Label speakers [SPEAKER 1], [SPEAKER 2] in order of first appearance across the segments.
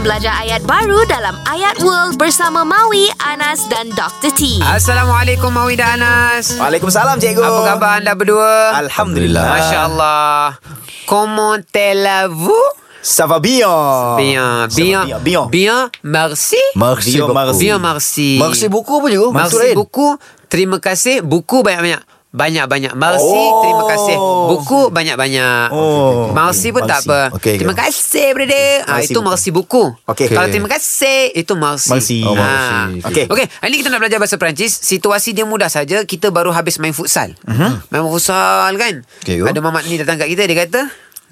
[SPEAKER 1] belajar ayat baru dalam Ayat World bersama Maui, Anas dan Dr. T.
[SPEAKER 2] Assalamualaikum Mawi dan Anas.
[SPEAKER 3] Waalaikumsalam cikgu.
[SPEAKER 2] Apa khabar anda berdua?
[SPEAKER 3] Alhamdulillah.
[SPEAKER 2] Masya Allah. Comment allez-vous?
[SPEAKER 3] Ça va bien.
[SPEAKER 2] Bien,
[SPEAKER 3] Ça
[SPEAKER 2] bien,
[SPEAKER 3] va Oh. bien.
[SPEAKER 2] bien, merci.
[SPEAKER 3] Merci
[SPEAKER 4] Bien,
[SPEAKER 3] beaucoup.
[SPEAKER 2] Bien, merci.
[SPEAKER 4] Merci buku apa cikgu? Maksud
[SPEAKER 2] Merci
[SPEAKER 4] lain.
[SPEAKER 2] buku. Terima kasih. Buku banyak-banyak. Banyak-banyak. Merci,
[SPEAKER 3] Oh.
[SPEAKER 2] terima kasih. Buku banyak-banyak.
[SPEAKER 3] Oh.
[SPEAKER 2] Merci pun
[SPEAKER 3] Merci.
[SPEAKER 2] tak apa.
[SPEAKER 4] Okey,
[SPEAKER 2] terima
[SPEAKER 4] okey.
[SPEAKER 2] kasih, brother. Ah,
[SPEAKER 3] Merci
[SPEAKER 2] itu
[SPEAKER 3] buku.
[SPEAKER 2] merci buku.
[SPEAKER 3] Okey.
[SPEAKER 2] Kalau
[SPEAKER 3] Okey.
[SPEAKER 2] terima kasih, itu merci.
[SPEAKER 3] Merci. Oh,
[SPEAKER 2] Ah.
[SPEAKER 4] merci.
[SPEAKER 2] Okey. Okey, hari ni kita nak belajar bahasa Perancis. Situasi dia mudah saja. Kita baru habis main futsal.
[SPEAKER 3] Mhm.
[SPEAKER 2] Main futsal kan?
[SPEAKER 4] Okey, go.
[SPEAKER 2] Ada mamat ni datang kat kita, dia kata...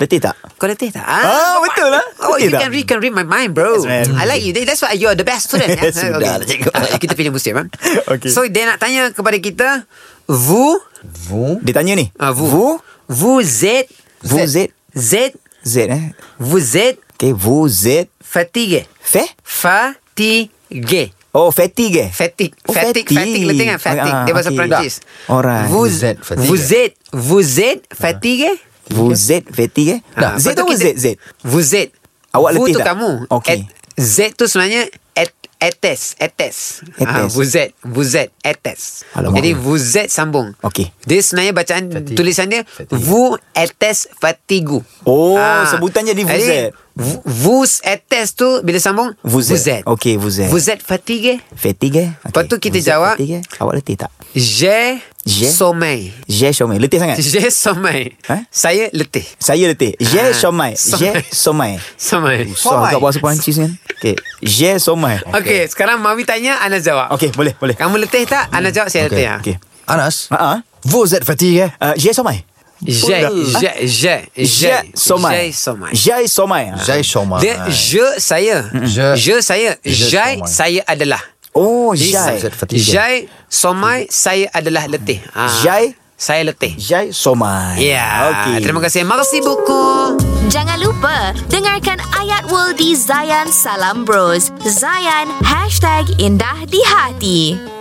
[SPEAKER 3] Letih tak?
[SPEAKER 2] Kau letih tak?
[SPEAKER 3] Ah, betul lah.
[SPEAKER 2] Oh,
[SPEAKER 3] Letih
[SPEAKER 2] you
[SPEAKER 3] tak?
[SPEAKER 2] can, you can read my mind, bro.
[SPEAKER 3] Yes, man.
[SPEAKER 2] I like you. That's why you are the best student. ya?
[SPEAKER 3] Sudah lah, cikgu.
[SPEAKER 2] Ah, Kita pilih musim. Kan?
[SPEAKER 3] Okey.
[SPEAKER 2] So, dia nak tanya kepada kita, vous,
[SPEAKER 3] Dia tanya ni.
[SPEAKER 2] ah, vous, vous, vous êtes,
[SPEAKER 3] Vous êtes-
[SPEAKER 2] Z,
[SPEAKER 3] Z eh.
[SPEAKER 2] vous êtes
[SPEAKER 3] Okay, vous êtes
[SPEAKER 2] fatigué.
[SPEAKER 3] fait?
[SPEAKER 2] Fatigué.
[SPEAKER 3] eh? Oh, fatigue eh?
[SPEAKER 2] Fatigue.
[SPEAKER 3] Oh,
[SPEAKER 2] fatigue.
[SPEAKER 3] fatigue.
[SPEAKER 2] Fatigue. Letih kan? Fatigue.
[SPEAKER 3] Ah,
[SPEAKER 2] Dia bahasa
[SPEAKER 3] okey.
[SPEAKER 2] Perancis.
[SPEAKER 3] Alright.
[SPEAKER 2] Vous,
[SPEAKER 4] Vous êtes fatigué.
[SPEAKER 2] vous êtes, vous êtes fatigué.
[SPEAKER 3] Ah. Vous êtes fatigue eh?
[SPEAKER 2] Ah,
[SPEAKER 3] Z
[SPEAKER 2] lepas tu
[SPEAKER 3] tu
[SPEAKER 2] kita-
[SPEAKER 3] Z? Z.
[SPEAKER 2] Vous êtes.
[SPEAKER 3] Awak
[SPEAKER 2] vous
[SPEAKER 3] letih
[SPEAKER 2] tu
[SPEAKER 3] tak?
[SPEAKER 2] kamu.
[SPEAKER 3] Okey.
[SPEAKER 2] Et- Z tu sebenarnya et, etes, etes.
[SPEAKER 3] Etes.
[SPEAKER 2] Ah, vous êtes, vous êtes, etes.
[SPEAKER 3] Alamak.
[SPEAKER 2] Jadi vous êtes sambung.
[SPEAKER 3] Okey.
[SPEAKER 2] Dia sebenarnya bacaan
[SPEAKER 4] Fatigue.
[SPEAKER 2] tulisan dia
[SPEAKER 4] Fatigue.
[SPEAKER 2] vous etes fatigu.
[SPEAKER 3] Oh, sebutan jadi vous
[SPEAKER 2] Ah. Ha. jadi,
[SPEAKER 3] êtes.
[SPEAKER 2] vous- Vous etes tu bila sambung
[SPEAKER 3] Vous êtes. Okey, vous êtes.
[SPEAKER 2] Vous êtes fatigué.
[SPEAKER 3] Fatigue eh? Okay.
[SPEAKER 2] Lepas tu kita
[SPEAKER 3] Vous êtes
[SPEAKER 2] jawab.
[SPEAKER 3] fatigue eh? Awak letih tak?
[SPEAKER 2] J'ai
[SPEAKER 3] J'ai.
[SPEAKER 2] sommeil.
[SPEAKER 3] J'ai sommeil. Letih sangat?
[SPEAKER 2] J'ai sommeil.
[SPEAKER 3] Eh?
[SPEAKER 2] Saya letih.
[SPEAKER 3] Saya letih.
[SPEAKER 2] Ah,
[SPEAKER 3] J'ai sommeil. J'ai
[SPEAKER 2] sommeil. Sommeil.
[SPEAKER 3] sommeil. Susah kat bahasa Perancis kan? Okay. J'ai sommeil.
[SPEAKER 2] Okey, sekarang Mawi tanya, Ana jawab.
[SPEAKER 3] Okay, boleh, boleh.
[SPEAKER 2] Kamu letih tak? Ana jawab saya letih. Okay.
[SPEAKER 3] Okay.
[SPEAKER 4] Anas.
[SPEAKER 3] Ha ah.
[SPEAKER 4] Vous êtes fatigué?
[SPEAKER 3] Uh, j'ai sommeil.
[SPEAKER 2] Je, je, je, je,
[SPEAKER 3] J'ai
[SPEAKER 2] J'ai
[SPEAKER 3] sommeil.
[SPEAKER 2] sommeil.
[SPEAKER 3] J'ai sommeil.
[SPEAKER 4] J'ai chômage.
[SPEAKER 2] Dia je saya.
[SPEAKER 4] Je.
[SPEAKER 2] Je saya.
[SPEAKER 4] Je
[SPEAKER 2] Jai
[SPEAKER 4] somai.
[SPEAKER 2] saya adalah.
[SPEAKER 3] Oh,
[SPEAKER 2] Jadi,
[SPEAKER 3] j'ai.
[SPEAKER 4] Zai. Fatigué.
[SPEAKER 2] Jai somai saya adalah letih. Ah,
[SPEAKER 3] Jai.
[SPEAKER 2] saya letih.
[SPEAKER 3] J'ai sommeil.
[SPEAKER 2] Ya.
[SPEAKER 3] Okay.
[SPEAKER 2] Terima kasih. Makasih buku.
[SPEAKER 1] Jangan lupa, dengarkan Ayat World di Zayan Salam Bros. Zayan, hashtag indah di hati.